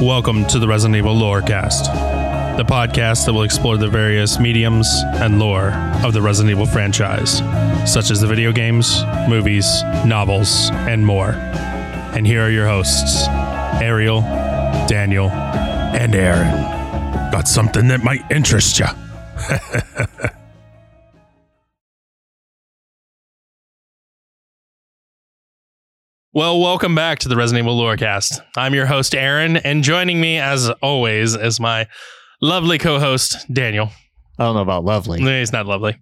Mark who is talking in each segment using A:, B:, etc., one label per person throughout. A: Welcome to the Resident Evil Lorecast, the podcast that will explore the various mediums and lore of the Resident Evil franchise, such as the video games, movies, novels, and more. And here are your hosts, Ariel, Daniel, and Aaron. Got something that might interest you. Well, welcome back to the Resident Evil Lorecast. I'm your host, Aaron, and joining me, as always, is my lovely co host, Daniel.
B: I don't know about lovely.
A: Nah, He's not lovely.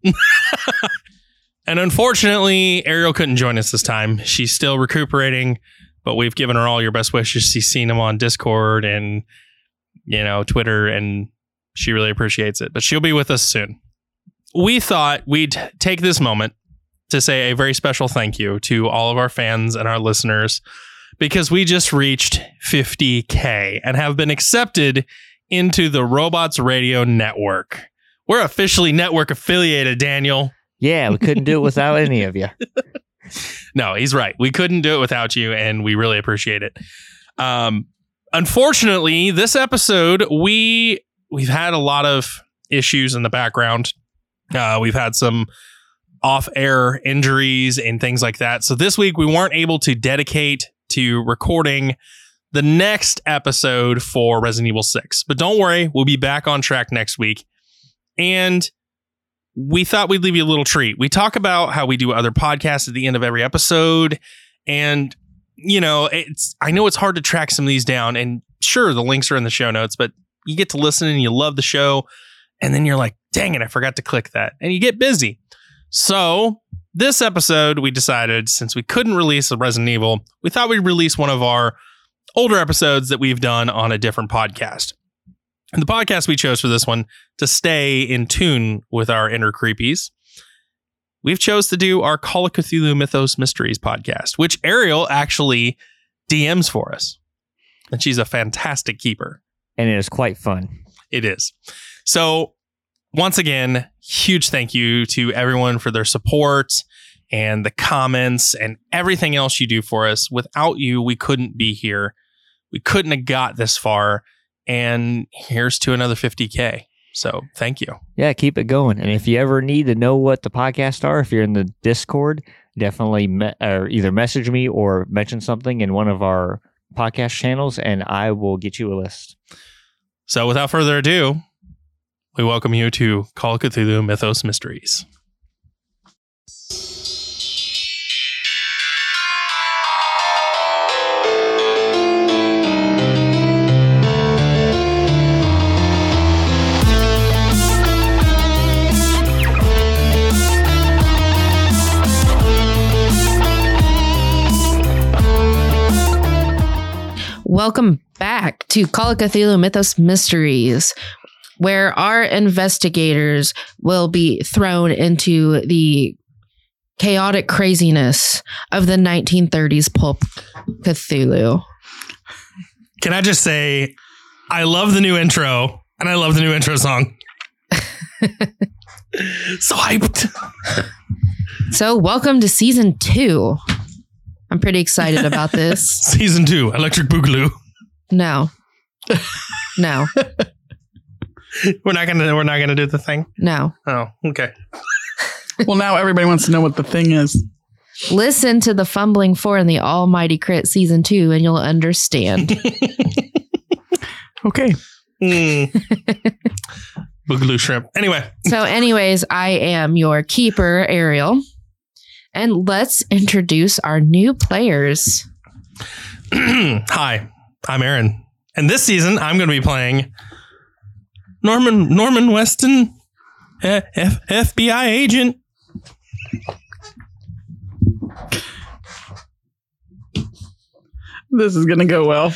A: and unfortunately, Ariel couldn't join us this time. She's still recuperating, but we've given her all your best wishes. She's seen them on Discord and, you know, Twitter, and she really appreciates it. But she'll be with us soon. We thought we'd take this moment to say a very special thank you to all of our fans and our listeners because we just reached 50K and have been accepted into the Robots Radio Network. We're officially network affiliated, Daniel.
B: Yeah, we couldn't do it without any of you.
A: No, he's right. We couldn't do it without you, and we really appreciate it. Um, unfortunately, this episode we we've had a lot of issues in the background. Uh, we've had some off-air injuries and things like that. So this week we weren't able to dedicate to recording the next episode for Resident Evil 6. But don't worry, we'll be back on track next week. And we thought we'd leave you a little treat. We talk about how we do other podcasts at the end of every episode. And, you know, it's I know it's hard to track some of these down. And sure, the links are in the show notes, but you get to listen and you love the show. And then you're like, dang it, I forgot to click that. And you get busy. So this episode, we decided since we couldn't release a Resident Evil, we thought we'd release one of our older episodes that we've done on a different podcast. And the podcast we chose for this one to stay in tune with our inner creepies, we've chose to do our Call of Cthulhu Mythos Mysteries podcast, which Ariel actually DMs for us. And she's a fantastic keeper.
B: And it is quite fun.
A: It is. So, once again, huge thank you to everyone for their support and the comments and everything else you do for us. Without you, we couldn't be here. We couldn't have got this far. And here's to another 50K. So, thank you.
B: Yeah, keep it going. And if you ever need to know what the podcasts are, if you're in the Discord, definitely me- or either message me or mention something in one of our podcast channels, and I will get you a list.
A: So, without further ado, we welcome you to Call of Cthulhu Mythos Mysteries.
C: Welcome back to Call of Cthulhu Mythos Mysteries, where our investigators will be thrown into the chaotic craziness of the 1930s pulp Cthulhu.
A: Can I just say, I love the new intro and I love the new intro song. so hyped.
C: So, welcome to season two. I'm pretty excited about this.
A: Season two, Electric Boogaloo.
C: No, no,
A: We're not gonna. We're not gonna do the thing.
C: no.
A: Oh, okay.
D: Well, now everybody wants to know what the thing is.
C: Listen to the Fumbling Four and the Almighty Crit season two, and you'll understand.
D: Okay.
A: Mm. Boogaloo shrimp. Anyway,
C: so, anyways, I am your keeper, Ariel. And let's introduce our new players.
A: hi, I'm Aaron, and this season I'm gonna be playing Norman Norman Weston, eh, F- FBI agent.
D: This is going to go well.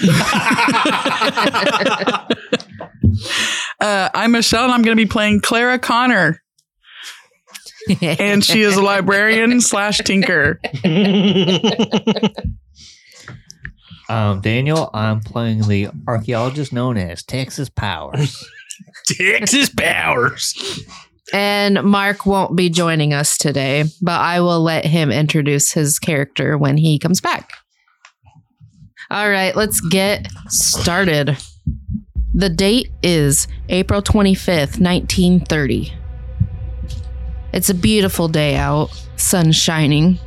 D: Uh, I'm Michelle, and I'm going to be playing Clara Connor, and she is a librarian slash tinker.
B: Um, Daniel, I'm playing the archaeologist known as Texas Powers.
A: Texas Powers.
C: And Mark won't be joining us today, but I will let him introduce his character when he comes back. All right, let's get started. The date is April 25th, 1930. It's a beautiful day out, sun shining,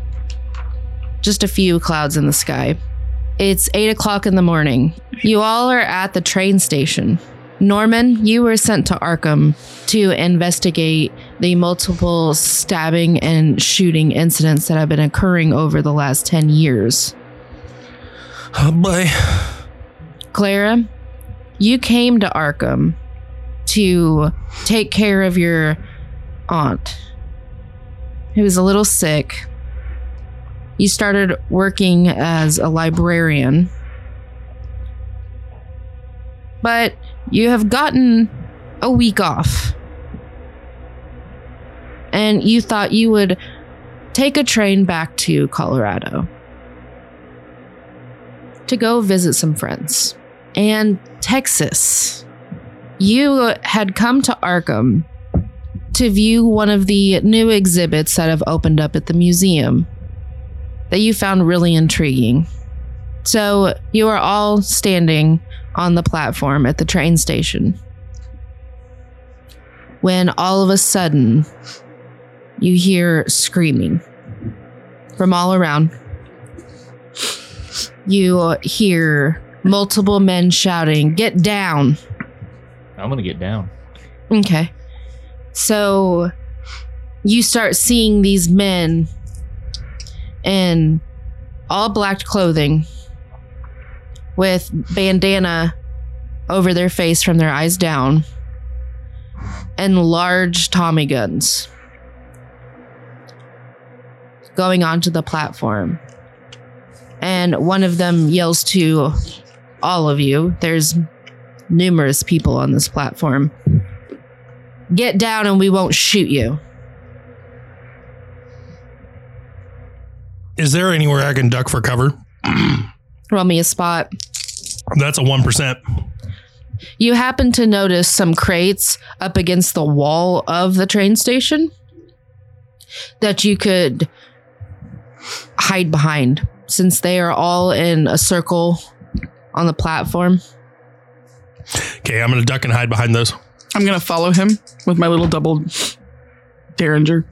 C: just a few clouds in the sky. It's 8 o'clock in the morning. You all are at the train station. Norman, you were sent to Arkham to investigate the multiple stabbing and shooting incidents that have been occurring over the last 10 years.
A: Oh boy.
C: Clara, you came to Arkham to take care of your aunt, who was a little sick. You started working as a librarian, but you have gotten a week off. And you thought you would take a train back to Colorado to go visit some friends. And Texas, you had come to Arkham to view one of the new exhibits that have opened up at the museum that you found really intriguing. So you are all standing on the platform at the train station when all of a sudden you hear screaming from all around you hear multiple men shouting, Get down.
B: I'm gonna get down.
C: Okay. So you start seeing these men in all black clothing with bandana over their face from their eyes down and large Tommy guns going onto the platform. And one of them yells to all of you. There's numerous people on this platform get down and we won't shoot you.
A: Is there anywhere I can duck for cover?
C: Roll me a spot.
A: That's a one percent.
C: You happen to notice some crates up against the wall of the train station that you could hide behind since they are all in a circle on the platform.
A: Okay, I'm gonna duck and hide behind those.
D: I'm going to follow him with my little double derringer.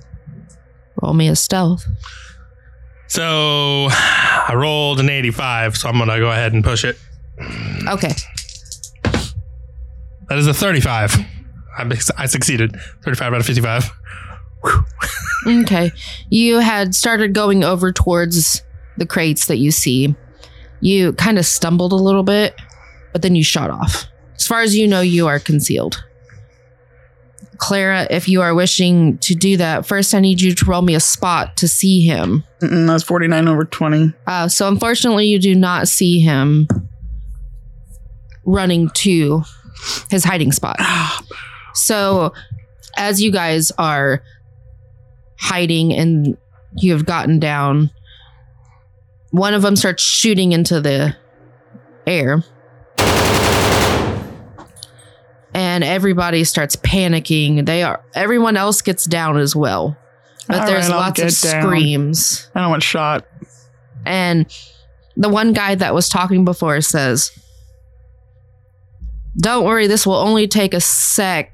C: Roll me a stealth.
A: So I rolled an 85, so I'm going to go ahead and push it.
C: Okay.
A: That is a 35. I, I succeeded. 35 out of 55.
C: Okay. You had started going over towards the crates that you see. You kind of stumbled a little bit, but then you shot off. As far as you know, you are concealed. Clara, if you are wishing to do that, first I need you to roll me a spot to see him.
D: Mm-mm, that's 49 over 20.
C: Uh, so unfortunately, you do not see him running to his hiding spot. So, as you guys are hiding and you have gotten down, one of them starts shooting into the air. and everybody starts panicking. They are everyone else gets down as well. But
D: All
C: there's
D: right, I'll
C: lots of
D: get down.
C: screams.
D: I don't want shot.
C: And the one guy that was talking before says, Don't worry, this will only take a sec.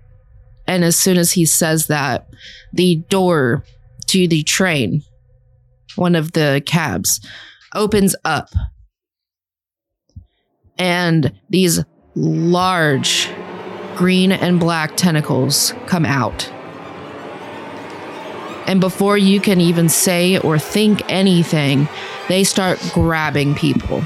C: And as soon as he says that, the door to the train, one of the cabs, opens up. And these large green and black tentacles come out. And before you can even say or think anything, they start grabbing people.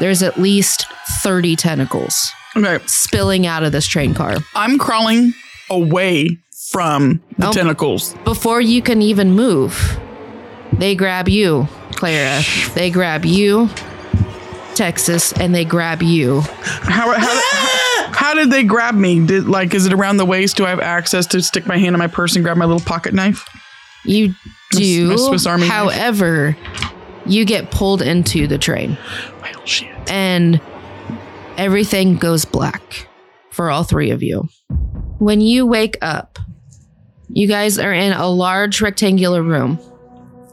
C: There's at least 30 tentacles
D: Okay.
C: spilling out of this train car.
D: I'm crawling away from the
C: Oh.
D: tentacles.
C: Before you can even move, they grab you, Clara. They grab you, Texas, and they grab you.
D: How, how, how, how did they grab me? Did like is it around the waist? Do I have access to stick my hand in my purse and grab my little pocket knife?
C: You do.
D: my Swiss Army knife.
C: however, you get pulled into the train
D: Well, shit.
C: and everything goes black for all three of you. When you wake up, you guys are in a large rectangular room.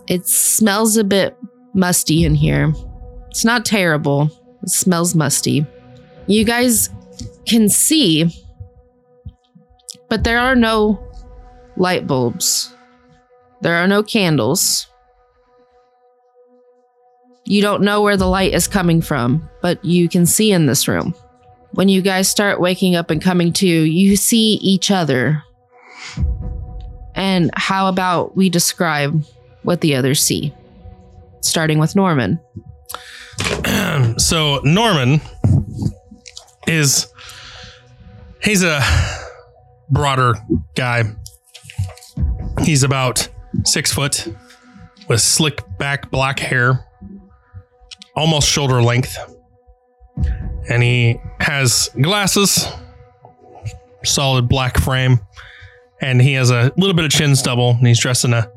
C: It smells a bit musty in here. It's not terrible, it smells musty. You guys can see, but there are no light bulbs, there are no candles. You don't know where the light is coming from, but you can see in this room. When you guys start waking up and coming to, you see each other. And how about we describe what the others see? Starting with Norman.
A: so Norman is he's a broader guy. He's about six foot with slick back black hair, almost shoulder length. And he has glasses, solid black frame, and he has a little bit of chin stubble, and he's dressed in a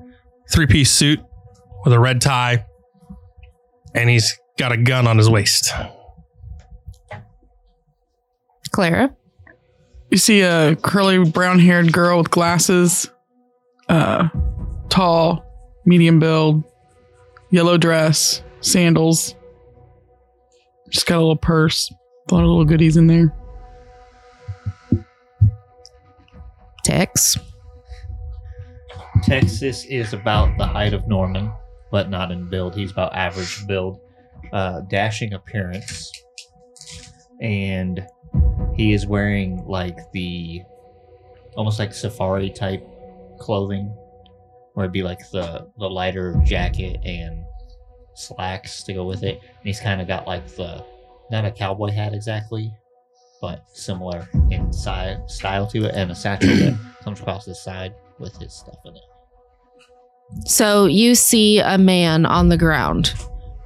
A: three piece suit with a red tie and he's got a gun on his waist.
C: Clara.
D: You see a curly brown haired girl with glasses, uh, tall, medium build, yellow dress, sandals. She's got a little purse, a lot of little goodies in there.
C: Tex.
B: Texas is about the height of Norman, but not in build. He's about average build, uh, dashing appearance, and he is wearing like the almost like safari type clothing, where it'd be like the the lighter jacket and slacks to go with it. And he's kind of got like the not a cowboy hat exactly, but similar in si- style to it, and a satchel that comes across the side with his stuff in it.
C: So you see a man on the ground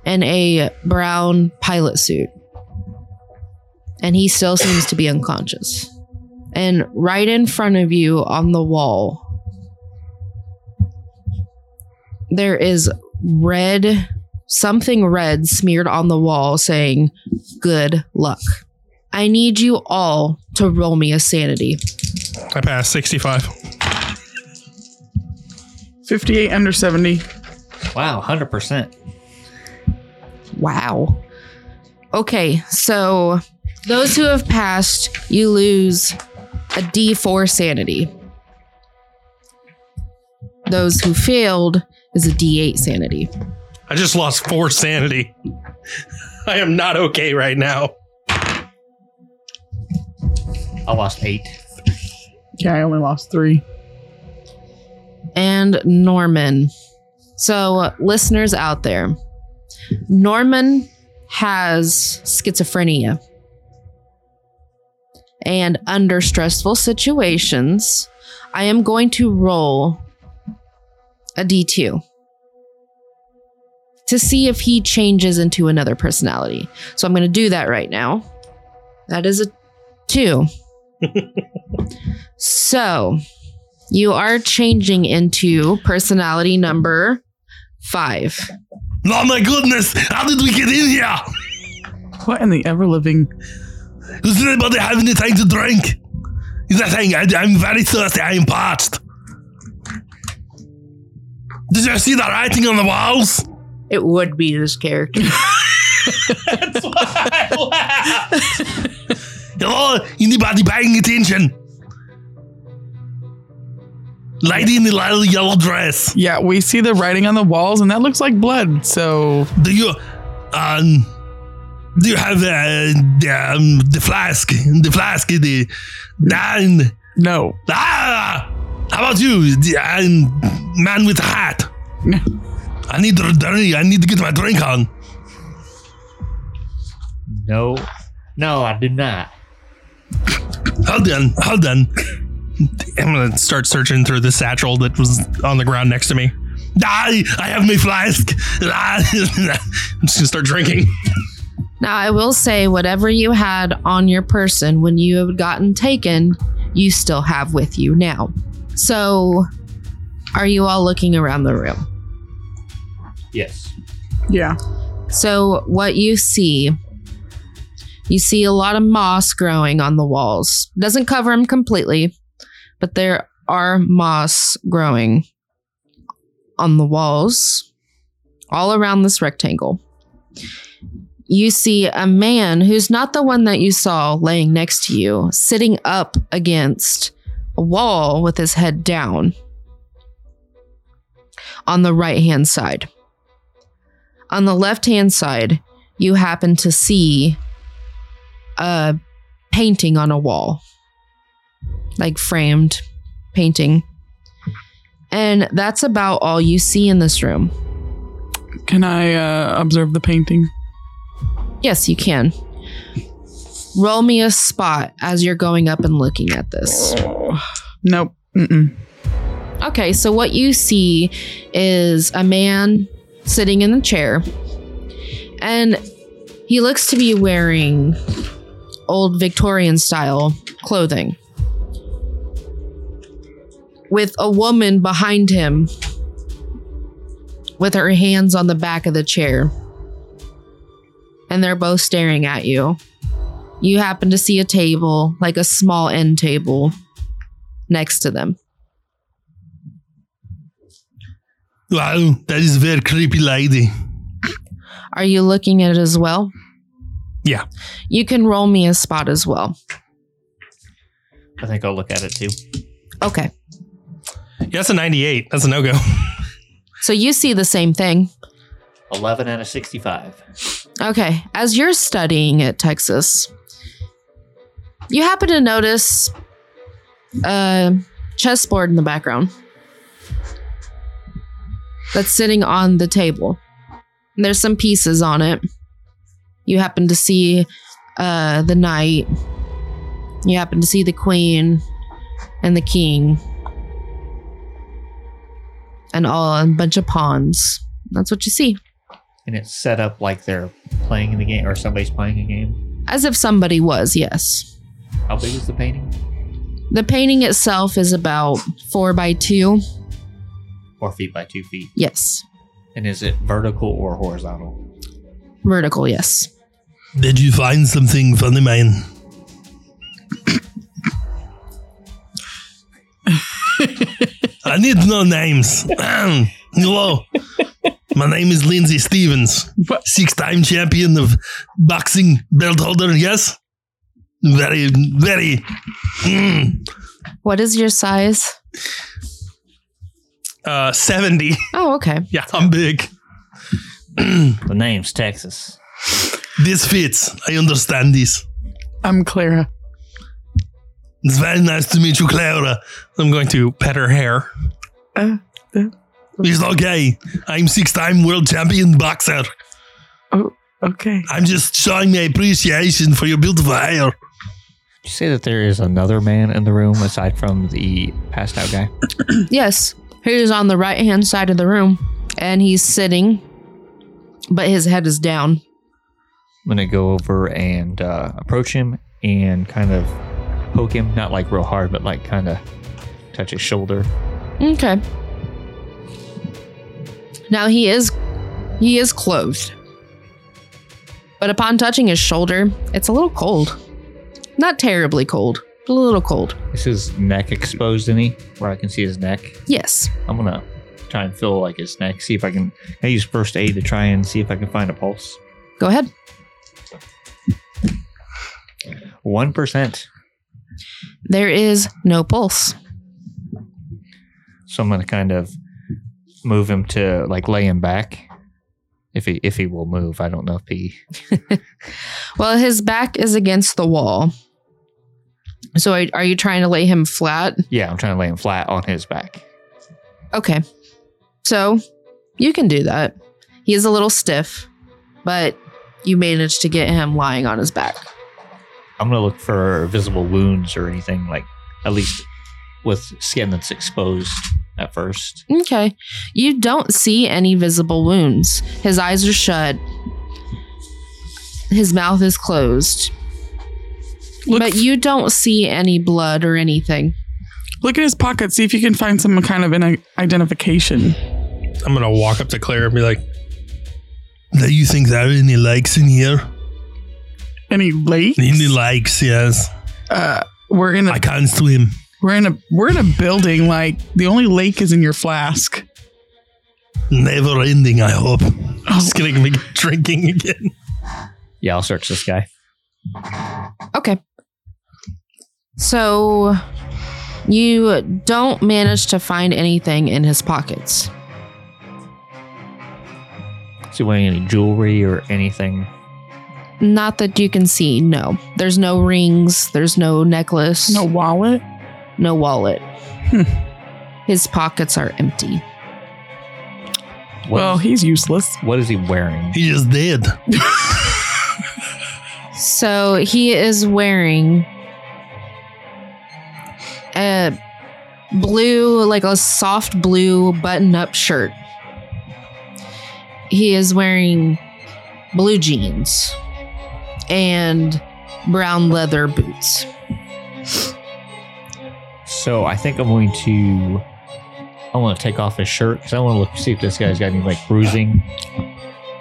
C: in a brown pilot suit. And he still seems to be unconscious. And right in front of you on the wall, there is red, something red smeared on the wall saying, Good luck. I need you all to roll me a sanity.
A: I passed 65.
D: 58 under 70.
B: Wow, hundred percent.
C: Wow. Okay, so those who have passed, you lose a D4 sanity. Those who failed is a D8 sanity.
A: I just lost four sanity. I am not okay right now.
B: I lost eight.
D: Yeah, I only lost three.
C: And Norman. So, listeners out there, Norman has schizophrenia. And under stressful situations, I am going to roll a D2 to see if he changes into another personality. So I'm going to do that right now. That is a 2. so you are changing into personality number 5.
A: Oh my goodness, how did we get in here?
D: What in the ever living?
A: Does anybody have any time to drink? Is that thing? I, I'm very thirsty. I am parched. Did you see the writing on the walls?
E: It would be this character.
A: That's why I laughed. Hello, anybody paying attention? Lady in the little yellow dress.
D: Yeah, we see the writing on the walls, and that looks like blood. So
A: Do you, um, do you have uh, the, um, the flask? The flask, the, and,
D: no,
A: ah, how about you, the um, man with the hat? I need to, I need to get my drink on.
B: No, no, I do not.
A: Hold on, hold on. I'm gonna start searching through the satchel that was on the ground next to me. I, I have my flask. Ah, I'm just gonna start drinking.
C: Now, I will say, whatever you had on your person when you had gotten taken, you still have with you now. So, are you all looking around the room?
B: Yes.
D: yeah,
C: So, what you see, you see a lot of moss growing on the walls. Doesn't cover them completely, but there are moss growing on the walls all around this rectangle. You see a man who's not the one that you saw laying next to you, sitting up against a wall with his head down on the right hand side on the left hand side, you happen to see a painting on a wall, like framed painting. And that's about all you see in this room.
D: can I uh, observe the painting?
C: Yes, you can. Roll me a spot as you're going up and looking at this.
D: Nope. Mm-mm.
C: Okay, so what you see is a man sitting in a chair, and he looks to be wearing old Victorian style clothing with a woman behind him with her hands on the back of the chair. And they're both staring at you. You happen to see a table, like a small end table, next to them.
A: Wow, that is very creepy, lady.
C: Are you looking at it as well?
F: Yeah.
C: You can roll me a spot as well.
B: I think I'll look at it too.
C: Okay.
F: Yeah, that's a 98. That's a no go.
C: So you see the same thing.
B: 11 out of 65.
C: Okay. As you're studying at Texas, you happen to notice a chessboard in the background that's sitting on the table. And there's some pieces on it. You happen to see uh, the knight. You happen to see the queen and the king. And all a bunch of pawns. That's what you see.
B: And it's set up like they're playing in the game or somebody's playing a game.
C: As if somebody was, yes.
B: How big is the painting?
C: The painting itself is about four by two.
B: Four feet by two feet.
C: Yes.
B: And is it vertical or horizontal?
C: Vertical, yes.
A: Did you find something funny, man? I need no names. Ahem. Hello, my name is Lindsay Stevens,
D: What?
A: six-time champion of boxing belt holder. Yes, very, very. mm,
C: What is your size?
F: Uh, 70.
C: Oh, okay.
F: Yeah, I'm big.
B: The name's Texas.
A: This fits. I understand this.
D: I'm Clara.
A: It's very nice to meet you, Clara.
F: I'm going to pet her hair.
A: It's okay. I'm six-time world champion boxer.
D: Okay.
A: I'm just showing my appreciation for your beautiful hair.
B: Did you say that there is another man in the room aside from the passed out guy?
C: Yes. He's on the right hand side of the room and he's sitting, but his head is down.
B: I'm gonna go over and uh, approach him and kind of poke him, not like real hard, but like kind of touch his shoulder.
C: Okay. Now he is he is clothed. But upon touching his shoulder, it's a little cold. Not terribly cold, but a little cold.
B: Is his neck exposed any? Where I can see his neck?
C: Yes.
B: I'm gonna try and feel like his neck, see if I can. I use first aid to try and see if I can find a pulse.
C: Go ahead.
B: One percent.
C: There is no pulse.
B: So I'm gonna kind of move him to like lay him back. If he if he will move, I don't know if he.
C: Well, his back is against the wall. So are, are you trying to lay him flat?
B: Yeah, I'm trying to lay him flat on his back.
C: Okay. So you can do that. He is a little stiff, but you managed to get him lying on his back.
B: I'm gonna look for visible wounds or anything like at least with skin that's exposed at first.
C: Okay. You don't see any visible wounds. His eyes are shut. His mouth is closed.
D: Look,
C: but you don't see any blood or anything.
D: look at his pocket. See if you can find some kind of an identification.
A: I'm gonna walk up to Claire and be like, "Do you think there are any likes in here?
D: Any late?
A: Any likes? Yes.
D: Uh, we're in a
A: I can't swim.
D: we're in a we're in a building. Like the only lake is in your flask.
A: Never ending. I hope. I'm just gonna be drinking again.
B: Yeah, I'll search this guy.
C: Okay. So you don't manage to find anything in his pockets.
B: Is he wearing any jewelry or anything?
C: Not that you can see, no. There's no rings, there's no necklace,
D: No wallet.
C: no wallet.
D: Hmm.
C: His pockets are empty.
B: What
D: Well,
B: is-
D: he's useless.
B: what is he wearing?
A: He just dead.
C: So he is wearing a blue, like a soft blue button up shirt. He is wearing blue jeans and brown leather boots.
B: So I think I'm going to. I want to take off his shirt because I want to look see if this guy's got any like bruising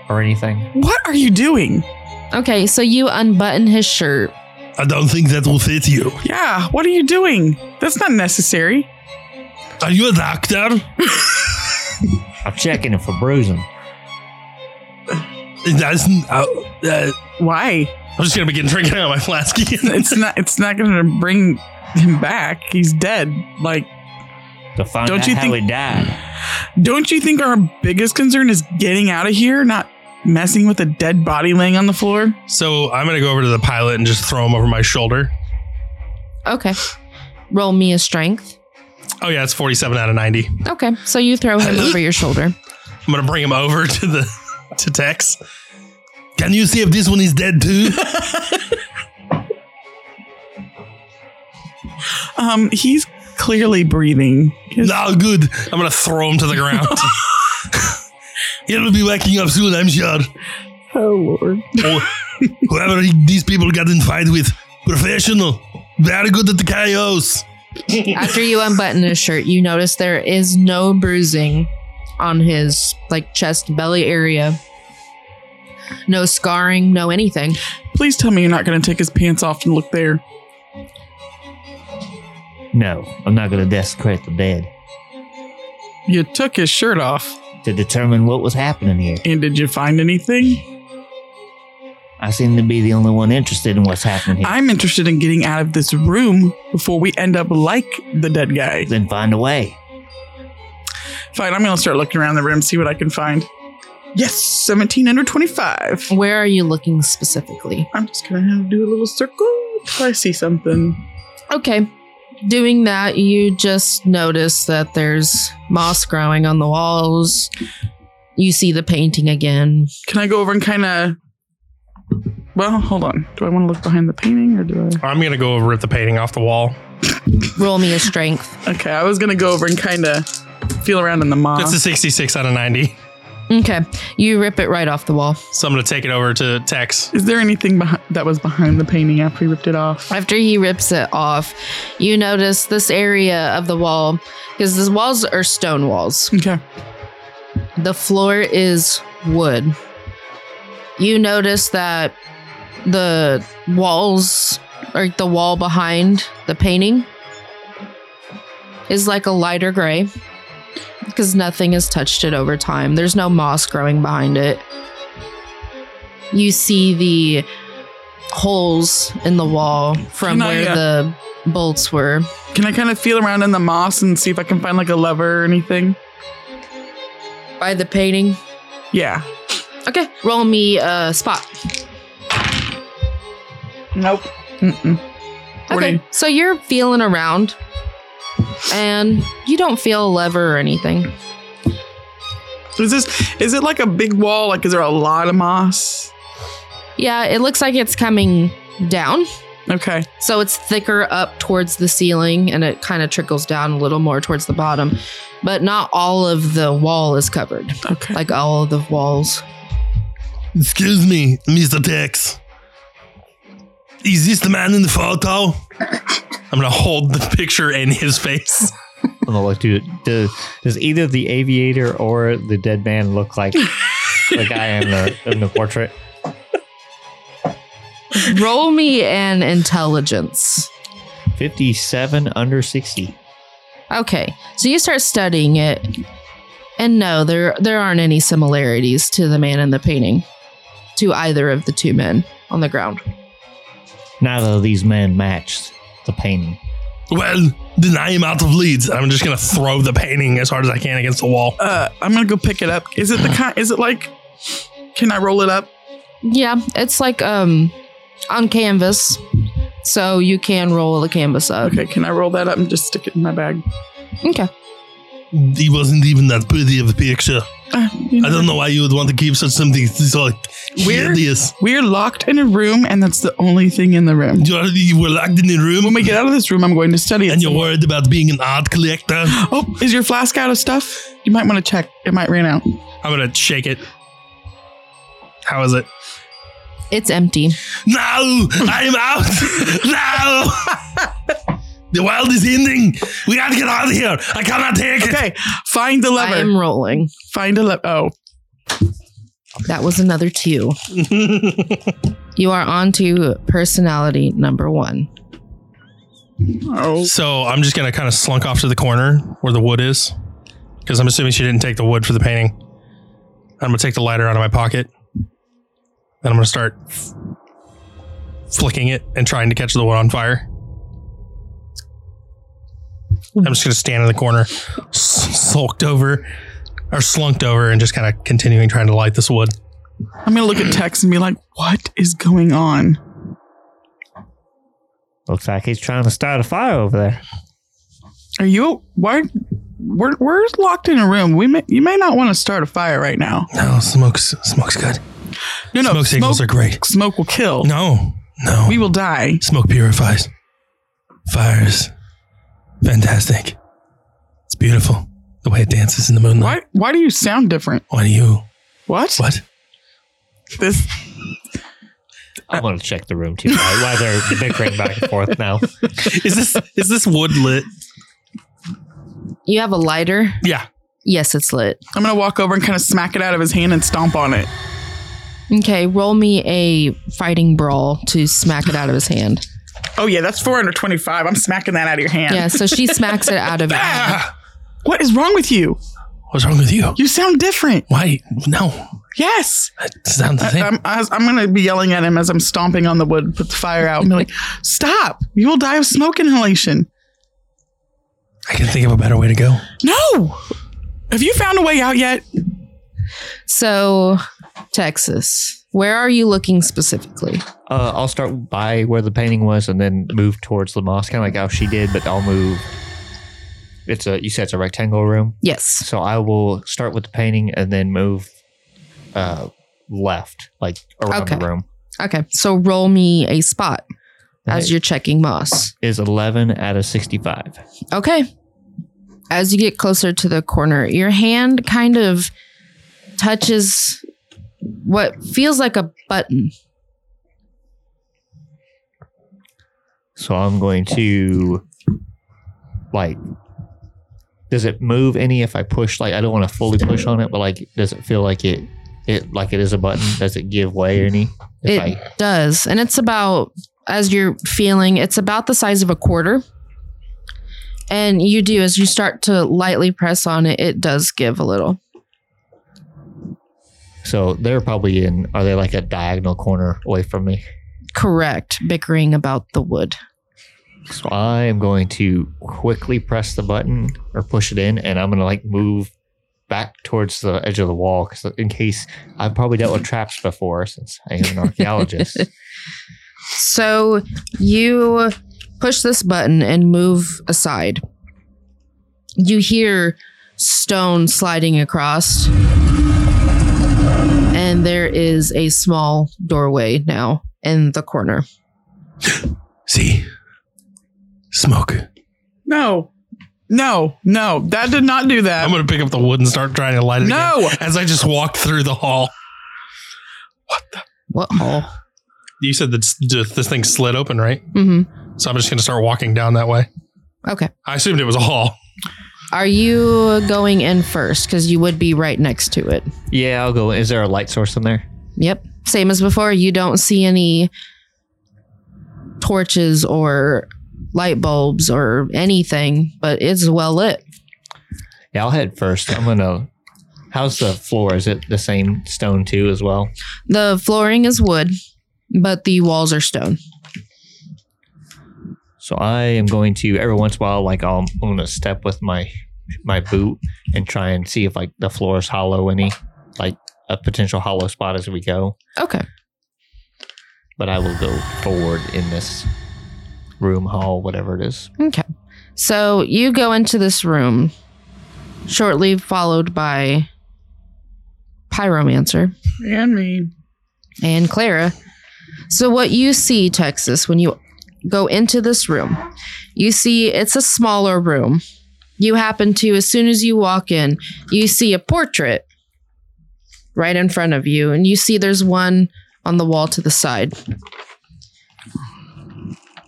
B: or anything.
D: What are you doing?
C: Okay, so you unbutton his shirt.
A: I don't think that will fit you.
D: Yeah, what are you doing? That's not necessary.
A: Are you a doctor?
B: I'm checking him for bruising.
A: That's. Uh, uh,
D: Why?
A: I'm just gonna begin drinking out of my flask again.
D: It's not. It's not going to bring him back. He's dead. Like,
B: To find
D: Don't
B: out
D: you
B: how
D: think-
B: he died.
D: don't you think our biggest concern is getting out of here, not messing with a dead body laying on the floor?
A: so I'm gonna go over to the pilot and just throw him over my shoulder.
C: Okay. Roll me a strength.
A: Oh yeah, it's 47 out of 90.
C: Okay, so you throw him over your shoulder.
A: I'm gonna bring him over to the to Tex. Can you see if this one is dead too?
D: Um, he's clearly breathing. His-
A: no, good. I'm gonna throw him to the ground. He'll be waking up soon, I'm sure.
D: Oh lord.
A: Oh, whoever he- these people got in fight with, professional, very good at the chaos.
C: After you unbutton his shirt, you notice there is no bruising on his like chest belly area. No scarring, no anything.
D: Please tell me you're not going to take his pants off and look there.
B: No, I'm not going to desecrate the dead
D: You took his shirt off,
B: to determine what was happening here.
D: and did you find anything?
B: I seem to be the only one interested in what's happening here.
D: I'm interested in getting out of this room before we end up like the dead guy.
B: then find a way.
D: Fine, I'm gonna start looking around the room, see what I can find. Yes, 17 under 25.
C: Where are you looking specifically?
D: I'm just gonna have to do a little circle if I see something.
C: Okay. Doing that, you just notice that there's moss growing on the walls. You see the painting again.
D: Can I go over and kind of. Well, hold on. Do I want to look behind the painting or do
A: I'm gonna go over at the painting off the wall.
C: Roll me a strength.
D: I? Okay, I was gonna go over and kind of feel around in the
A: That's a
D: moss.
A: 66 out of 90.
C: Okay. You rip it right off the wall.
A: So I'm gonna take it over to Tex.
D: Is there anything behi- that was behind the painting after he ripped it off?
C: After he rips it off, you notice this area of the wall because the walls are stone walls.
D: Okay.
C: The floor is wood. You notice that the walls or the wall behind the painting is like a lighter gray because nothing has touched it over time. There's no moss growing behind it. You see the holes in the wall from
D: Can I,
C: where
D: uh,
C: the bolts were.
D: Can I kind of feel around in the moss and see if I can find like a lever or anything?
C: By the painting.
D: Yeah.
C: Okay, roll me a spot.
D: Nope. Mm-mm.
C: Okay,
D: Forty.
C: so you're feeling around and you don't feel a lever or anything.
D: Is this is it like a big wall? Like is there a lot of moss?
C: Yeah, it looks like it's coming down.
D: Okay.
C: So it's thicker up towards the ceiling and it kind of trickles down a little more towards the bottom. But not all of the wall is covered,
D: Okay.
C: like all of the walls.
A: Excuse me, Mr. Tex. Is this the man in the photo?
G: I'm gonna hold the picture in his face.
B: I'm gonna look to does, does either the aviator or the dead man look like the guy in the in the portrait?
C: Roll me an intelligence.
B: Fifty seven under sixty.
C: Okay. So you start studying it. And no, there there aren't any similarities to the man in the painting, to either of the two men on the ground.
B: Neither of these men matched the painting.
A: Well, then I am out of leads. I'm just gonna throw the painting as hard as I can against the wall.
D: Uh, I'm gonna go pick it up. Is it the kind? Is it like? Can I roll it up?
C: Yeah, it's like um on canvas. So you can roll the canvas up.
D: Okay. Can I roll that up and just stick it in my bag?
C: okay.
A: He wasn't even that pretty of a picture.
D: Uh, you
A: I don't know why you would want to keep such something so like
D: Weird.
A: hideous.
D: We're locked in a room, and that's the only thing in the room.
A: You, are, you were locked in a
D: When
A: room
D: we get out of this room, I'm going to study it.
A: and you're worried about being an art collector.
D: oh, is your flask out of stuff? You might want to check. It might run out.
G: I'm gonna shake it. How is it?
C: It's empty.
A: No, I am out. no, the world is ending. We gotta get out of here. I cannot take it.
D: Okay, find the lever.
C: I am rolling.
D: find a lever. Oh,
C: That was another two. you are on to personality number one.
D: oh.
G: So I'm just gonna kind of slunk off to the corner where the wood is, because I'm assuming she didn't take the wood for the painting. I'm gonna take the lighter out of my pocket, and I'm gonna start f- flicking it and trying to catch the wood on fire. I'm just gonna stand in the corner, s- sulked over, or slunked over, and just kind of continuing trying to light this wood.
D: I'm gonna look at Tex and be like, "What is going on?"
B: Looks like he's trying to start a fire over there.
D: Are you? Why? We're we're locked in a room. We may you may not want to start a fire right now.
A: No, smoke's smoke's good.
D: No, no.
A: smoke signals
D: smoke,
A: are great.
D: smoke will kill.
A: No, no.
D: We will die.
A: Smoke purifies. Fires. Fantastic. It's beautiful. The way it dances in the moonlight.
D: Why? Why do you sound different?
A: Why do you?
D: What?
A: What?
D: This?
B: I'm gonna check the room too. Why why they're bickering back and forth now?
G: Is this is this wood lit?
C: You have a lighter?
G: Yeah.
C: Yes, it's lit.
D: I'm gonna walk over and kind of smack it out of his hand and stomp on it.
C: Okay, roll me a fighting brawl to smack it out of his hand.
D: Oh yeah, that's 425. I'm smacking that out of your hand.
C: Yeah, so she smacks it out of your hand.
A: Ah!
D: What is wrong with you?
A: What's wrong with you?
D: You sound different.
A: Why? No.
D: Yes.
A: It sounds the
D: I,
A: same.
D: I'm, I, I'm going to be yelling at him as I'm stomping on the wood, put the fire out, and be like, stop. You will die of smoke inhalation.
A: I can think of a better way to go.
D: No. Have you found a way out yet?
C: So, Texas, where are you looking specifically?
B: Uh, I'll start by where the painting was and then move towards the moss, kind of like how she did, but I'll move. It's a you said it's a rectangle room,
C: Yes.
B: so I will start with the painting and then move uh, left, like around
C: Okay.
B: the room.
C: Okay, so roll me a spot as
B: Right.
C: you're checking moss.
B: Is eleven out of sixty-five.
C: Okay. As you get closer to the corner, your hand kind of touches what feels like a button.
B: So I'm going to like. Does it move any if I push? Like I don't want to fully push on it, but like, does it feel like it? It like it is a button. Does it give way any? If
C: It
B: I,
C: does. And it's about as you're feeling, it's about the size of a quarter. And you do, as you start to lightly press on it, it does give a little.
B: So they're probably in. Are they like a diagonal corner away from me?
C: Correct, bickering about the wood.
B: So I am going to quickly press the button or push it in, and I'm going to like move back towards the edge of the wall because in case I've probably dealt with traps before since I am an archaeologist.
C: So you push this button and move aside. You hear stone sliding across, and there is a small doorway now in the corner.
A: See? Smoke.
D: Uh, No, no, no. That did not do that.
A: I'm gonna pick up the wood and start trying to light it. again
D: no.
A: as I just walk through the hall.
C: What hole?
G: You said that this, this thing slid open, right?
C: hmm
G: So I'm just going to start walking down that way.
C: Okay.
G: I assumed it was a hall.
C: Are you going in first? Because you would be right next to it.
B: yeah, I'll go. Is there a light source in there?
C: Yep. Same as before. You don't see any torches or light bulbs or anything, but it's well lit.
B: Yeah, I'll head first. I'm going to. How's the floor? Is it the same stone too as well?
C: The flooring is wood, but the walls are stone.
B: So I am going to every once in a while, like I'll, I'm going to step with my my boot and try and see if like the floor is hollow any, like a potential hollow spot as we go.
C: Okay.
B: But I will go forward in this room, hall, whatever it is.
C: Okay. So you go into this room, shortly followed by Pyromancer.
D: And me.
C: and Clara. So, what you see, Texas, when you go into this room, you see it's a smaller room. You happen to, as soon as you walk in, you see a portrait right in front of you, and you see there's one on the wall to the side.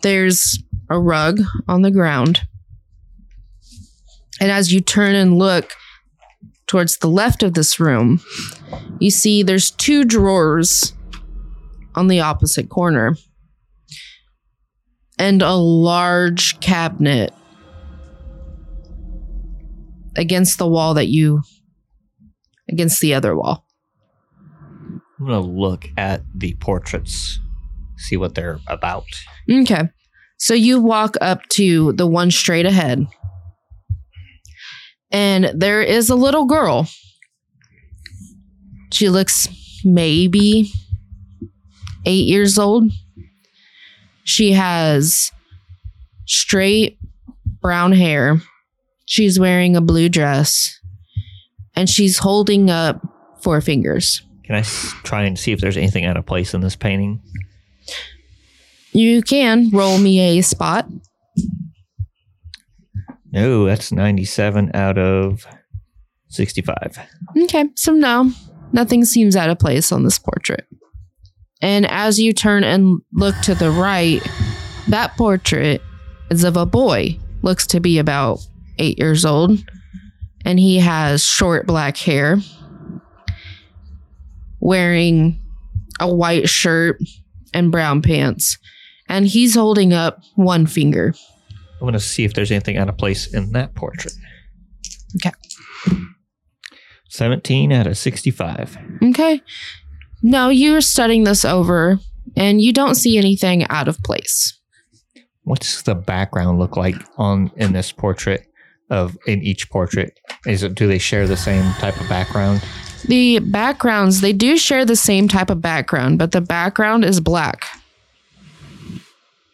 C: There's a rug on the ground. And as you turn and look towards the left of this room, you see there's two drawers on the opposite corner and a large cabinet against the wall that you against the other wall
B: I'm going to look at the portraits, see what they're about.
C: okay so you walk up to the one straight ahead and there is a little girl she looks maybe eight years old. She has straight brown hair. She's wearing a blue dress and she's holding up four fingers.
B: Can I s- try and see if there's anything out of place in this painting?
C: You can roll me a spot.
B: No, that's 97 out of 65.
C: Okay, so no, nothing seems out of place on this portrait. And as you turn and look to the right, that portrait is of a boy, looks to be about eight years old, and he has short black hair, wearing a white shirt and brown pants, and he's holding up one finger.
B: I'm going to see if there's anything out of place in that portrait.
C: Okay.
B: 17 out of 65.
C: Okay. No, you're studying this over, and you don't see anything out of place.
B: What's the background look like on in this portrait of in each portrait? Is it do they share the same type of background?
C: The backgrounds, they do share the same type of background, but the background is black.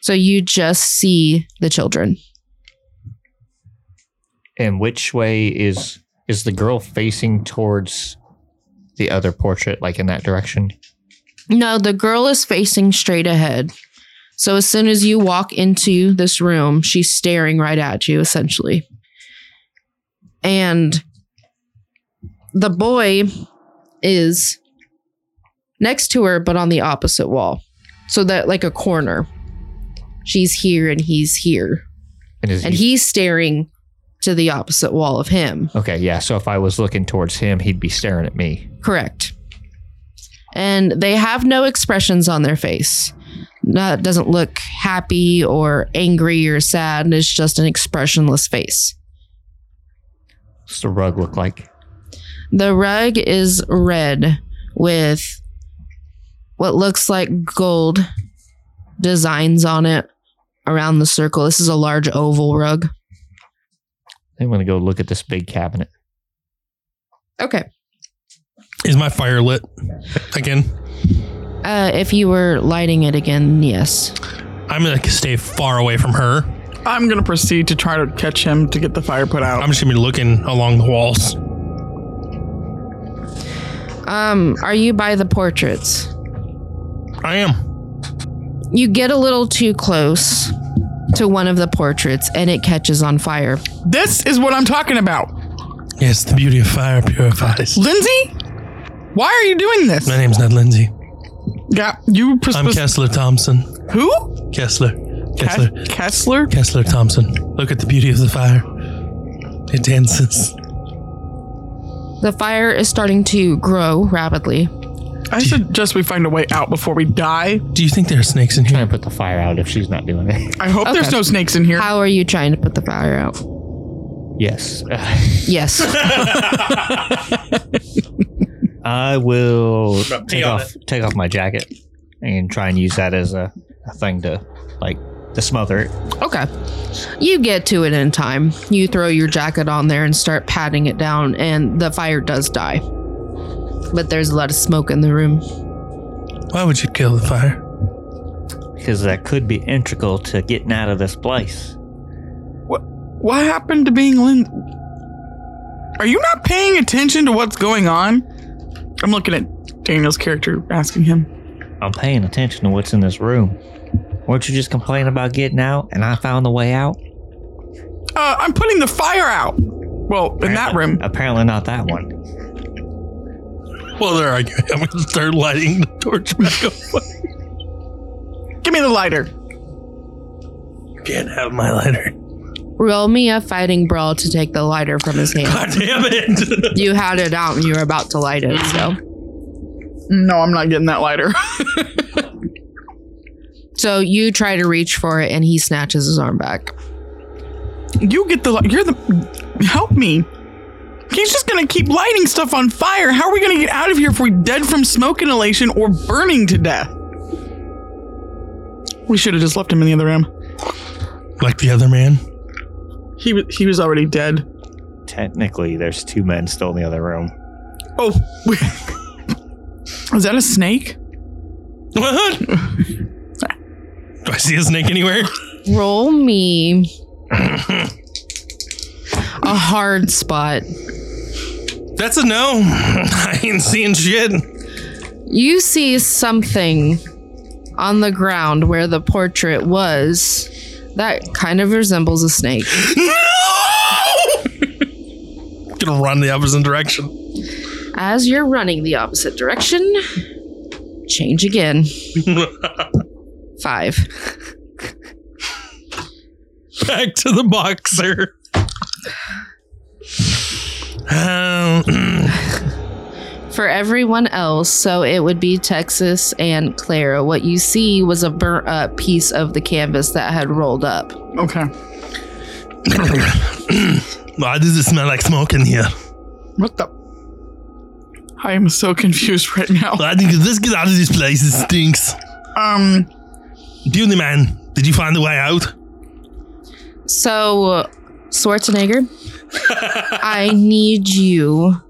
C: So you just see the children.
B: And which way is is the girl facing towards the other portrait like in that direction?
C: No, the girl is facing straight ahead. So as soon as you walk into this room, she's staring right at you, essentially. And the boy is next to her, but on the opposite wall. So that, like a corner, she's here and he's here.
B: And is
C: and
B: he
C: he's staring to the opposite wall of him.
B: Okay, yeah. So if I was looking towards him, he'd be staring at me.
C: Correct. And they have no expressions on their face. not doesn't look happy or angry or sad. It's just an expressionless face.
B: What's the rug look like?
C: The rug is red with what looks like gold designs on it around the circle. This is a large oval rug.
B: I'm gonna go look at this big cabinet.
C: Okay.
A: Is my fire lit again?
C: Uh, if you were lighting it again, yes.
A: I'm gonna stay far away from her.
D: I'm gonna proceed to try to catch him to get the fire put out.
A: I'm just gonna be looking along the walls.
C: Um, are you by the portraits?
A: I am.
C: You get a little too close to one of the portraits and it catches on fire.
D: this is what I'm talking about,
A: Yes, the beauty of fire purifies.
D: Lindsay. Why are you doing this?
A: My name's not Lindsay.
D: Got you. Pres-
A: I'm Kessler Thompson.
D: who?
A: Kessler. Kessler.
D: Kes- Kessler.
A: Kessler Thompson. Look at the beauty of the fire. It dances.
C: The fire is starting to grow rapidly.
D: I suggest we find a way out before we die.
A: Do you think there are snakes in
B: I'm
A: here?
B: gonna put the fire out if she's not doing it.
D: I hope there's no snakes in here.
C: How are you trying to put the fire out?
B: yes.
C: Yes.
B: I will
G: pee
B: take
G: on
B: off take off my jacket and try and use that as a, a thing to like to smother it.
C: Okay. You get to it in time. You throw your jacket on there and start patting it down, and the fire does die. But there's a lot of smoke in the room.
A: Why would you kill the fire?
B: Because that could be integral to getting out of this place.
D: What happened to being Lin? Are you not paying attention to what's going on? I'm looking at Daniel's character, asking him.
B: I'm paying attention to what's in this room. Weren't you just complaining about getting out and I found the way out?
D: Uh, I'm putting the fire out. Well, in that room.
B: Apparently not that one.
A: Well, they're arguing. I'm gonna start lighting the torch back up.
D: Give me the lighter.
A: Can't have my lighter.
C: Roll me a fighting brawl to take the lighter from his hand.
A: God damn it!
C: You had it out and you were about to light it, so.
D: No, I'm not getting that lighter.
C: So you try to reach for it and he snatches his arm back.
D: you get the. li- You're the. Help me. He's just gonna keep lighting stuff on fire. How are we gonna get out of here if we're dead from smoke inhalation or burning to death? We should have just left him in the other room.
A: like the other man.
D: He was. He was already dead.
B: Technically, there's two men still in the other room.
D: Oh, is that a snake?
A: What? Do I see a snake anywhere?
C: Roll me a hard spot.
A: That's a no. I ain't seeing shit.
C: You see something on the ground where the portrait was that kind of resembles a snake.
A: No! Gonna run the opposite direction.
C: As you're running the opposite direction, change again. Five.
A: Back to the boxer. Um,
C: For everyone else, so it would be Texas and Clara. What you see was a burnt up piece of the canvas that had rolled up.
D: Okay.
A: why does it smell like smoke in here?
D: What the? I am so confused right now.
A: I think let's get out of this place. It stinks.
D: Um,
A: Beauty man, did you find a way out?
C: So, Schwarzenegger, I need you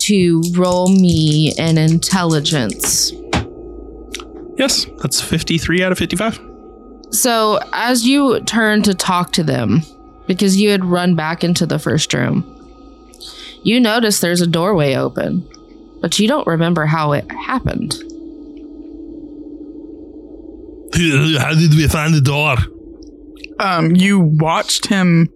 C: to roll me an intelligence.
G: Yes, that's 53 out of 55.
C: So, as you turn to talk to them, because you had run back into the first room, you notice there's a doorway open, but you don't remember how it happened.
A: How did we find the door?
D: um, you watched him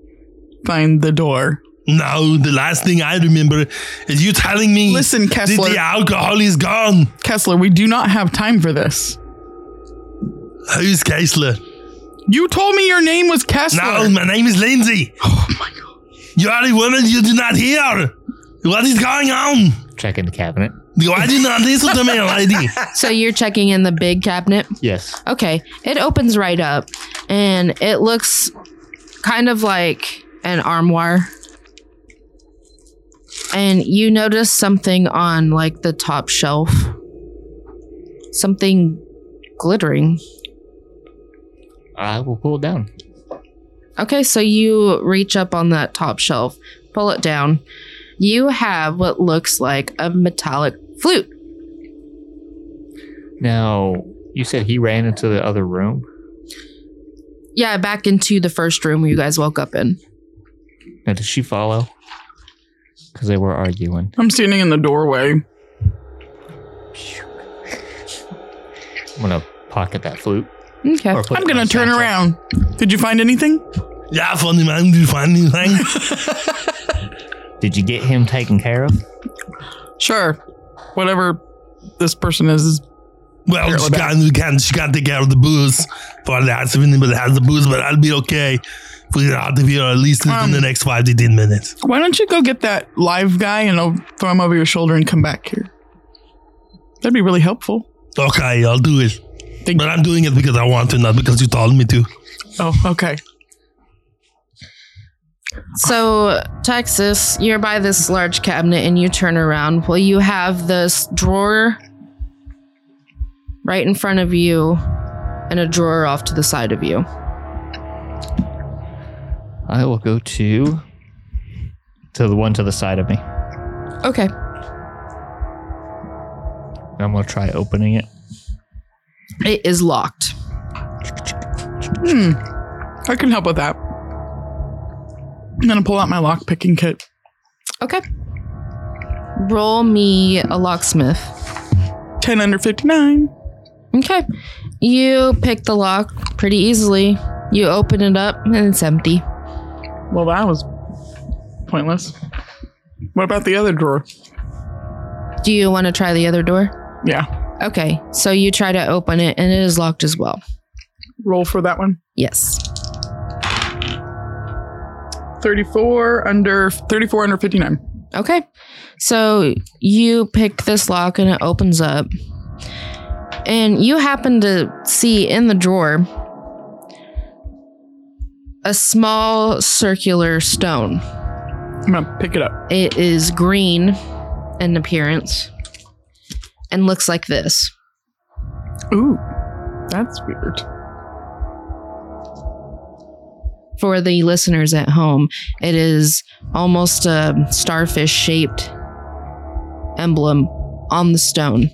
D: find the door.
A: No, the last thing I remember is you telling me
D: Listen,
A: that
D: Kessler.
A: the alcohol is gone.
D: Kessler, we do not have time for this.
A: Who's Kessler?
D: You told me your name was Kessler.
A: No, my name is Lindsay.
D: Oh my god.
A: You are a woman you do not hear. What is going on?
B: Check in the cabinet.
A: Why did not listen to my lady?
C: So you're checking in the big cabinet.
B: Yes.
C: Okay, it opens right up and it looks kind of like an armoire. And you notice something on like the top shelf. Something glittering.
B: I will pull it down.
C: Okay, so you reach up on that top shelf, pull it down. You have what looks like a metallic flute.
B: Now, you said he ran into the other room
C: Yeah, back into the first room you guys woke up in.
B: Now, did she follow? Because they were arguing.
D: I'm standing in the doorway.
B: I'm going to pocket that flute.
C: Okay.
B: or put it
D: I'm
B: in
D: gonna
B: my
D: turn
B: satchel.
D: around. Did you find anything?
A: Yeah, funny man, do you find anything?
B: Did you get him taken care of?
D: Sure. Whatever this person is, is
A: Well, she can't, you can't, she can't take care of the booze for that. If anybody has the booze, but I'll be okay. If we're out of here at least within
D: Um,
A: the next five to ten minutes.
D: Why don't you go get that live guy and I'll throw him over your shoulder and come back here? That'd be really helpful.
A: Okay, I'll do it.
D: Thank-
A: But I'm doing it because I want to, not because you told me to.
D: Oh, okay.
C: So, Texas, you're by this large cabinet and you turn around. Well, you have this drawer right in front of you and a drawer off to the side of you.
B: I will go to to the one to the side of me.
C: Okay.
B: I'm gonna try opening it.
C: It is locked.
D: Hmm. I can help with that. I'm gonna pull out my lock picking kit.
C: Okay. Roll me a locksmith.
D: Ten under fifty nine.
C: Okay. You pick the lock pretty easily. You open it up and it's empty.
D: Well, that was pointless. What about the other drawer?
C: Do you want to try the other door?
D: Yeah.
C: Okay. So you try to open it and it is locked as well.
D: Roll for that one.
C: Yes.
D: Thirty four under thirty four under fifty nine.
C: Okay. So you pick this lock and it opens up. And you happen to see in the drawer a small circular stone.
D: I'm gonna pick it up.
C: It is green in appearance and looks like this.
D: Ooh. That's weird.
C: For the listeners at home, it is almost a starfish shaped emblem on the stone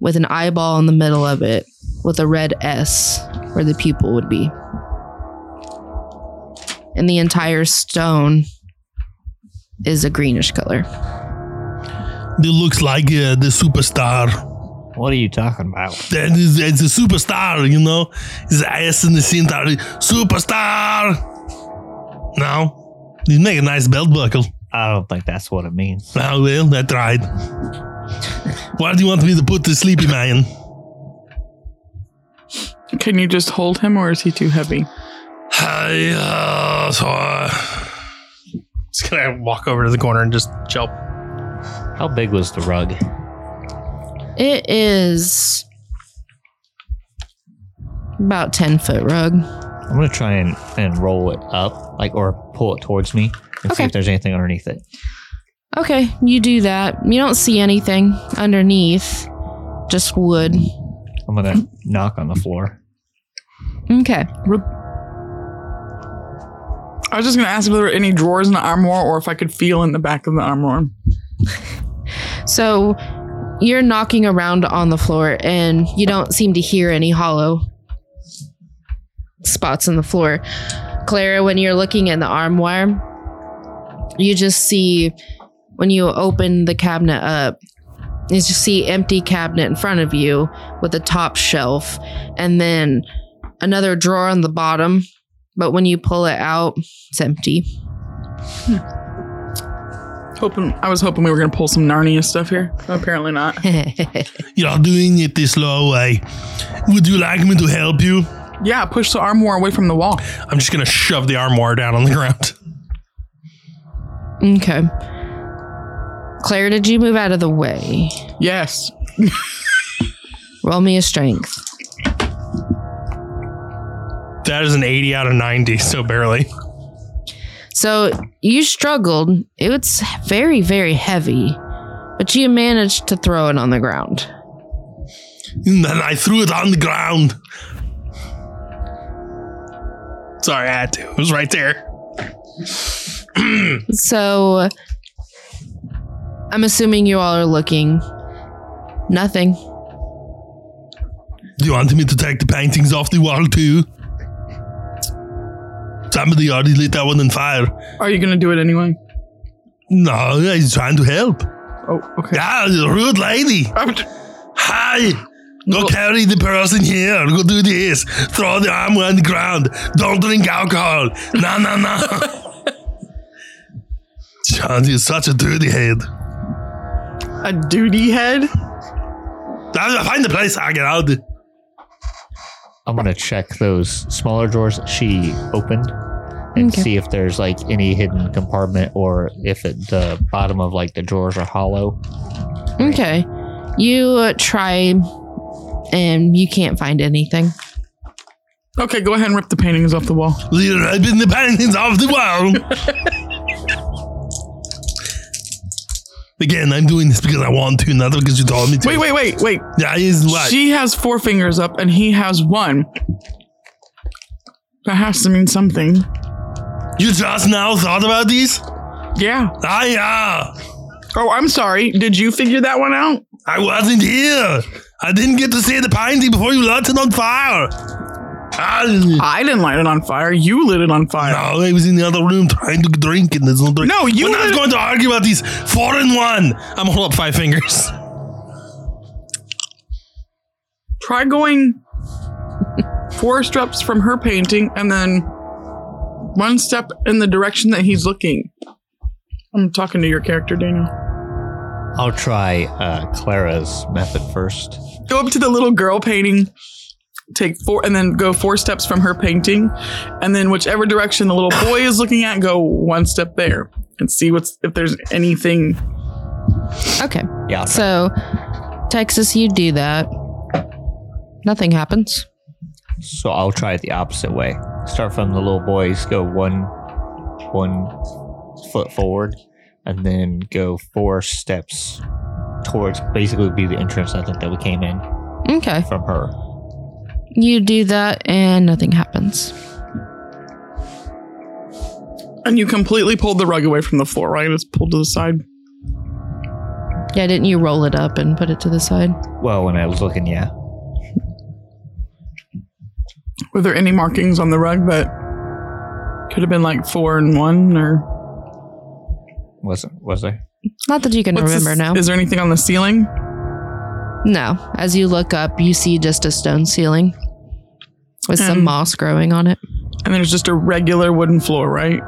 C: with an eyeball in the middle of it with a red S where the pupil would be. And the entire stone is a greenish color.
A: It looks like uh, the superstar.
B: What are you talking about?
A: That is, it's a superstar, you know? It's the S in the center. Superstar! Now, you make a nice belt buckle.
B: I don't think that's what it means.
A: Ah, well, that right. Why do you want me to put the sleepy man?
D: Can you just hold him or is he too heavy?
A: Hey, uh, so, uh,
G: Just gonna walk over to the corner and just jump.
B: How big was the rug?
C: It is about 10 foot rug.
B: I'm gonna try and, and roll it up, like or pull it towards me and see
C: Okay.
B: if there's anything underneath it.
C: Okay, you do that. You don't see anything underneath, just wood.
B: I'm gonna knock on the floor.
C: Okay.
D: I was just gonna ask if there were any drawers in the armoire or if I could feel in the back of the armoire.
C: So you're knocking around on the floor and you don't seem to hear any hollow spots in the floor. Clara, when you're looking in the armoire, you just see when you open the cabinet up, you just see empty cabinet in front of you with a top shelf and then another drawer on the bottom. But when you pull it out, it's empty.
D: Hoping I was hoping we were gonna pull some Narnia stuff here. Apparently not.
A: you're doing it the slow way. Would you like me to help you?
D: Yeah, push the armoire away from the wall.
G: I'm just gonna shove the armoire down on the ground.
C: Okay. Claire, did you move out of the way?
D: Yes.
C: Roll me a strength.
G: That is an 80 out of 90, so barely.
C: So you struggled. It was very, very heavy, but you managed to throw it on the ground.
A: And then I threw it on the ground. Sorry, I had to. It was right there.
C: So I'm assuming you all are looking. Nothing.
A: Do you want me to take the paintings off the wall too? Somebody already lit that one on fire.
D: Are you gonna do it anyway?
A: No, I was trying to help.
D: Oh, okay.
A: Ah, the rude lady.
D: I'm j-
A: Hi. Go
D: Well-
A: carry the person here. Go do this. Throw the arm on the ground. Don't drink alcohol. No, no, no. John, you're such a dirty head.
D: a duty head.
A: I'll find the place. I'll get out.
B: I'm gonna check those smaller drawers she opened and
C: Okay.
B: see if there's like any hidden compartment or if it, the bottom of like the drawers are hollow.
C: Okay. You uh, try and you can't find anything.
D: Okay, go ahead and rip the paintings off the wall.
A: You're ripping the paintings off the wall. Again, I'm doing this because I want to, not because you told me to.
D: Wait, wait, wait, wait.
A: That is what?
D: She has four fingers up and he has one. That has to mean something.
A: you just now thought about these?
D: Yeah.
A: Ah, yeah.
D: Oh, I'm sorry. Did you figure that one out?
A: I wasn't here. I didn't get to see the painting before you lit it on fire. Ah,
D: I didn't light it on fire. You lit it on fire.
G: Ah.
A: no, I was in the other room trying to drink and there's no drink.
D: No, you
A: We're not
D: lit-
A: going to argue about these. Four and one. I'm gonna hold up five fingers.
D: Try going four steps from her painting and then one step in the direction that he's looking. I'm talking to your character, Daniel.
B: I'll try uh, Clara's method first.
D: go up to the little girl painting take four and then go four steps from her painting and then whichever direction the little boy is looking at go one step there and see what's if there's anything
C: Okay.
B: Yeah.
C: So, Texas, you do that. Nothing happens.
B: So I'll try it the opposite way. Start from the little boys, go one one foot forward, and then go four steps towards basically would be the entrance I think that we came in
C: Okay.
B: from her.
C: You do that and nothing happens.
D: and you completely pulled the rug away from the floor right it's pulled to the side
C: Yeah, didn't you roll it up and put it to the side?
B: Well, when I was looking, yeah.
D: were there any markings on the rug that could have been like four and one or
B: Wasn't was there?
C: Not that you can
D: What's
C: remember
D: this-
C: now.
D: is there anything on the ceiling
C: no. As you look up, you see just a stone ceiling with some
D: Um,
C: moss growing on it.
D: and there's just a regular wooden floor right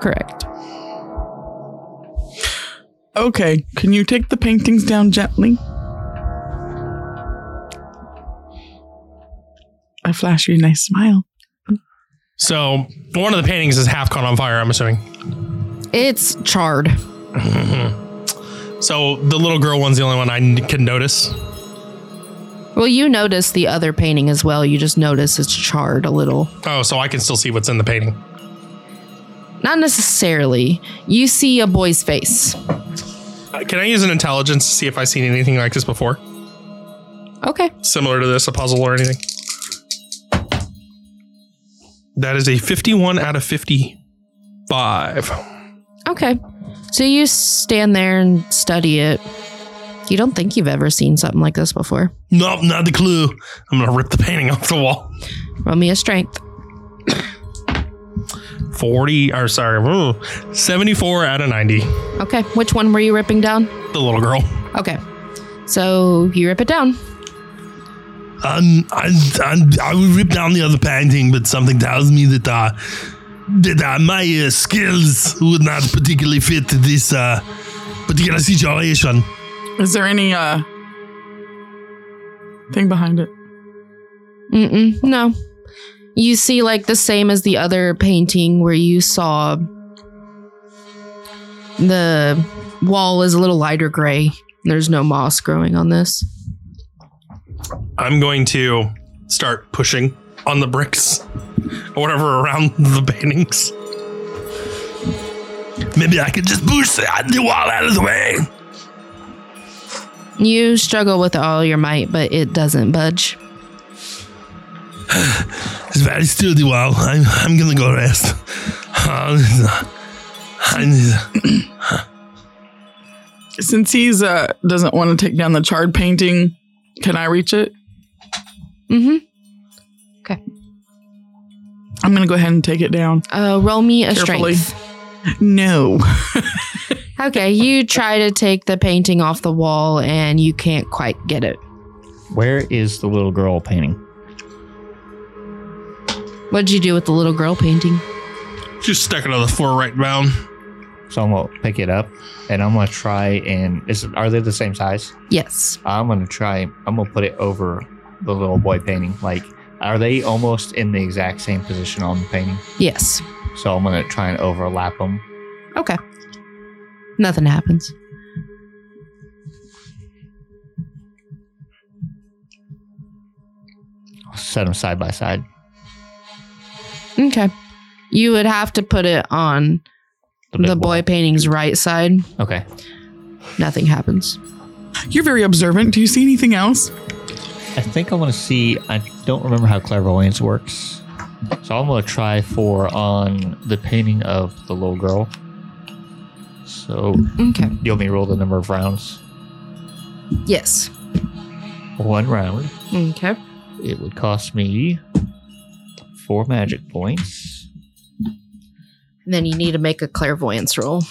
C: Correct.
D: okay can you take the paintings down gently i flash you a nice smile
G: So one of the paintings is half caught on fire, I'm assuming.
C: It's charred.
G: So the little girl one's the only one I n- can notice.
C: Well, you notice the other painting as well. You just notice it's charred a little.
G: Oh, so I can still see what's in the painting.
C: Not necessarily. You see a boy's face.
G: Uh, Can I use an intelligence to see if I've seen anything like this before?
C: Okay.
G: Similar to this, a puzzle or anything? That is a 51 out of 55.
C: Okay. So you stand there and study it. You don't think you've ever seen something like this before.
A: Nope, not the clue.
G: I'm going to rip the painting off the wall.
C: Roll me a strength.
G: 40, or sorry, ooh, 74 out of 90. The
C: Okay. Which one were you ripping down?
G: little girl.
C: Okay. So you rip it down.
A: Um, I, I, I would rip down the other painting, but something tells me that uh, that uh, my uh, skills would not particularly fit this uh, particular situation.
D: Is there any uh thing behind it?
C: Mm-mm. No. You see, like, the same as the other painting where you saw the wall is a little lighter gray. There's no moss growing on this.
A: I'm going to start pushing on the bricks or whatever around the paintings. Maybe I could just push the wall out of the way.
C: You struggle with all your might, but it doesn't budge.
A: It's very still the wall. I'm, I'm gonna go rest. I need-
D: Since he's uh doesn't want to take down the charred painting, can I reach it?
C: Mm-hmm.
D: I'm gonna go ahead and take it down.
C: Uh, roll me a
D: Carefully.
C: strength.
D: No.
C: Okay, you try to take the painting off the wall and you can't quite get it.
B: Where is the little girl painting?
C: What'd you do with the little girl painting?
A: just stuck it on the floor right down.
B: So I'm gonna pick it up and I'm gonna try and is are they the same size?
C: Yes.
B: I'm gonna try. I'm gonna put it over the little boy painting. Like, are they almost in the exact same position on the painting?
C: Yes.
B: So I'm gonna try and overlap them.
C: Okay. Nothing happens.
B: I'll set them side by side.
C: Okay. You would have to put it on
B: big
C: the boy painting's right side.
B: boy. Okay.
C: Nothing happens.
D: You're very observant. Do you see anything else?
B: I think I want to see. I don't remember how clairvoyance works. So I'm gonna try for on the painting of the little girl. So
C: Okay.
B: you want me to roll the number of rounds?
C: Yes.
B: One round.
C: Okay.
B: It would cost me four magic points.
C: Then you need to make a clairvoyance roll.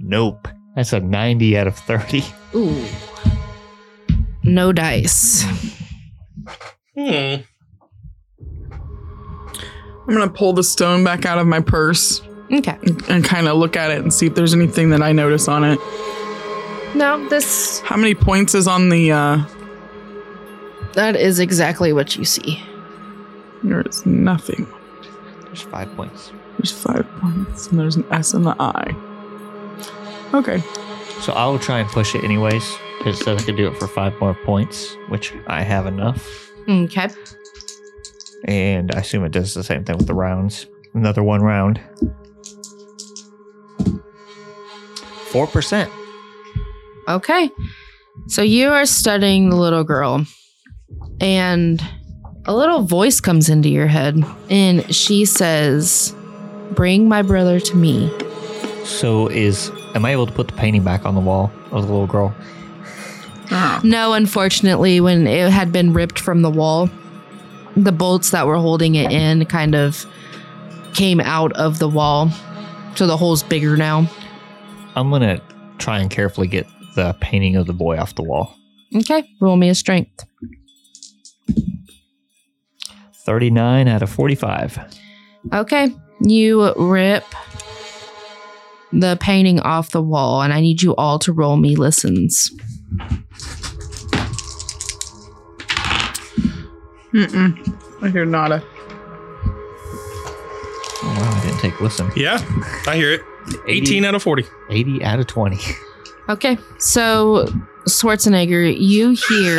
B: Nope. That's a 90 out of 30.
C: Ooh. No dice.
A: Hmm.
D: I'm gonna pull the stone back out of my purse
C: Okay.
D: and kind of look at it and see if there's anything that I notice on it.
C: No, this
D: How many points is on the uh
C: that is exactly what you see.
D: there's nothing.
B: There's five points.
D: There's five points and there's an S in the I. Okay.
B: So I will try and push it anyways. 'cause It says I could do it for five more points, which I have enough.
C: Okay.
B: And I assume it does the same thing with the rounds. Another one round. 4%.
C: Okay. So you are studying the little girl, and a little voice comes into your head, and she says, Bring my brother to me.
B: So is. Am I able to put the painting back on the wall of the little girl?
D: Ah,
C: No, unfortunately, when it had been ripped from the wall, the bolts that were holding it in kind of came out of the wall. So the hole's bigger now.
B: I'm going to try and carefully get the painting of the boy off the wall.
C: Okay. Roll me a strength.
B: 39 out of 45.
C: Okay. You rip the painting off the wall, and I need you all to roll me listens.
D: I hear nada.
B: Oh, wow, I didn't take listen.
G: Yeah, I hear it. 18 out of 40.
B: 80 out of 20.
C: Okay. So, Schwarzenegger, you hear.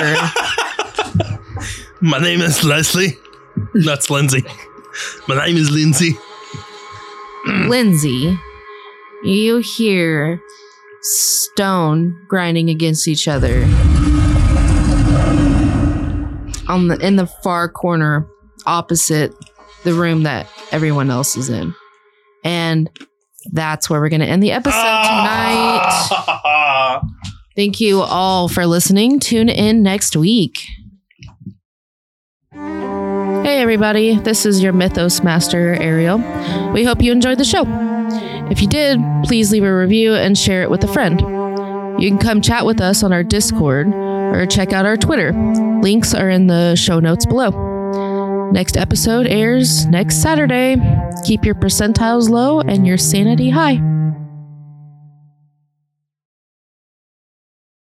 A: My name is Leslie. That's Lindsay. My name is Lindsay.
C: Lindsay, you hear stone grinding against each other on the in the far corner opposite the room that everyone else is in. And that's where we're going to end the episode tonight. Thank you all for listening. Tune in next week. Hey, everybody, this is your Mythos Master, Ariel. We hope you enjoyed the show. If you did, please leave a review and share it with a friend. You can come chat with us on our Discord or check out our Twitter. Links are in the show notes below. Next episode airs next Saturday. Keep your percentiles low and your sanity high.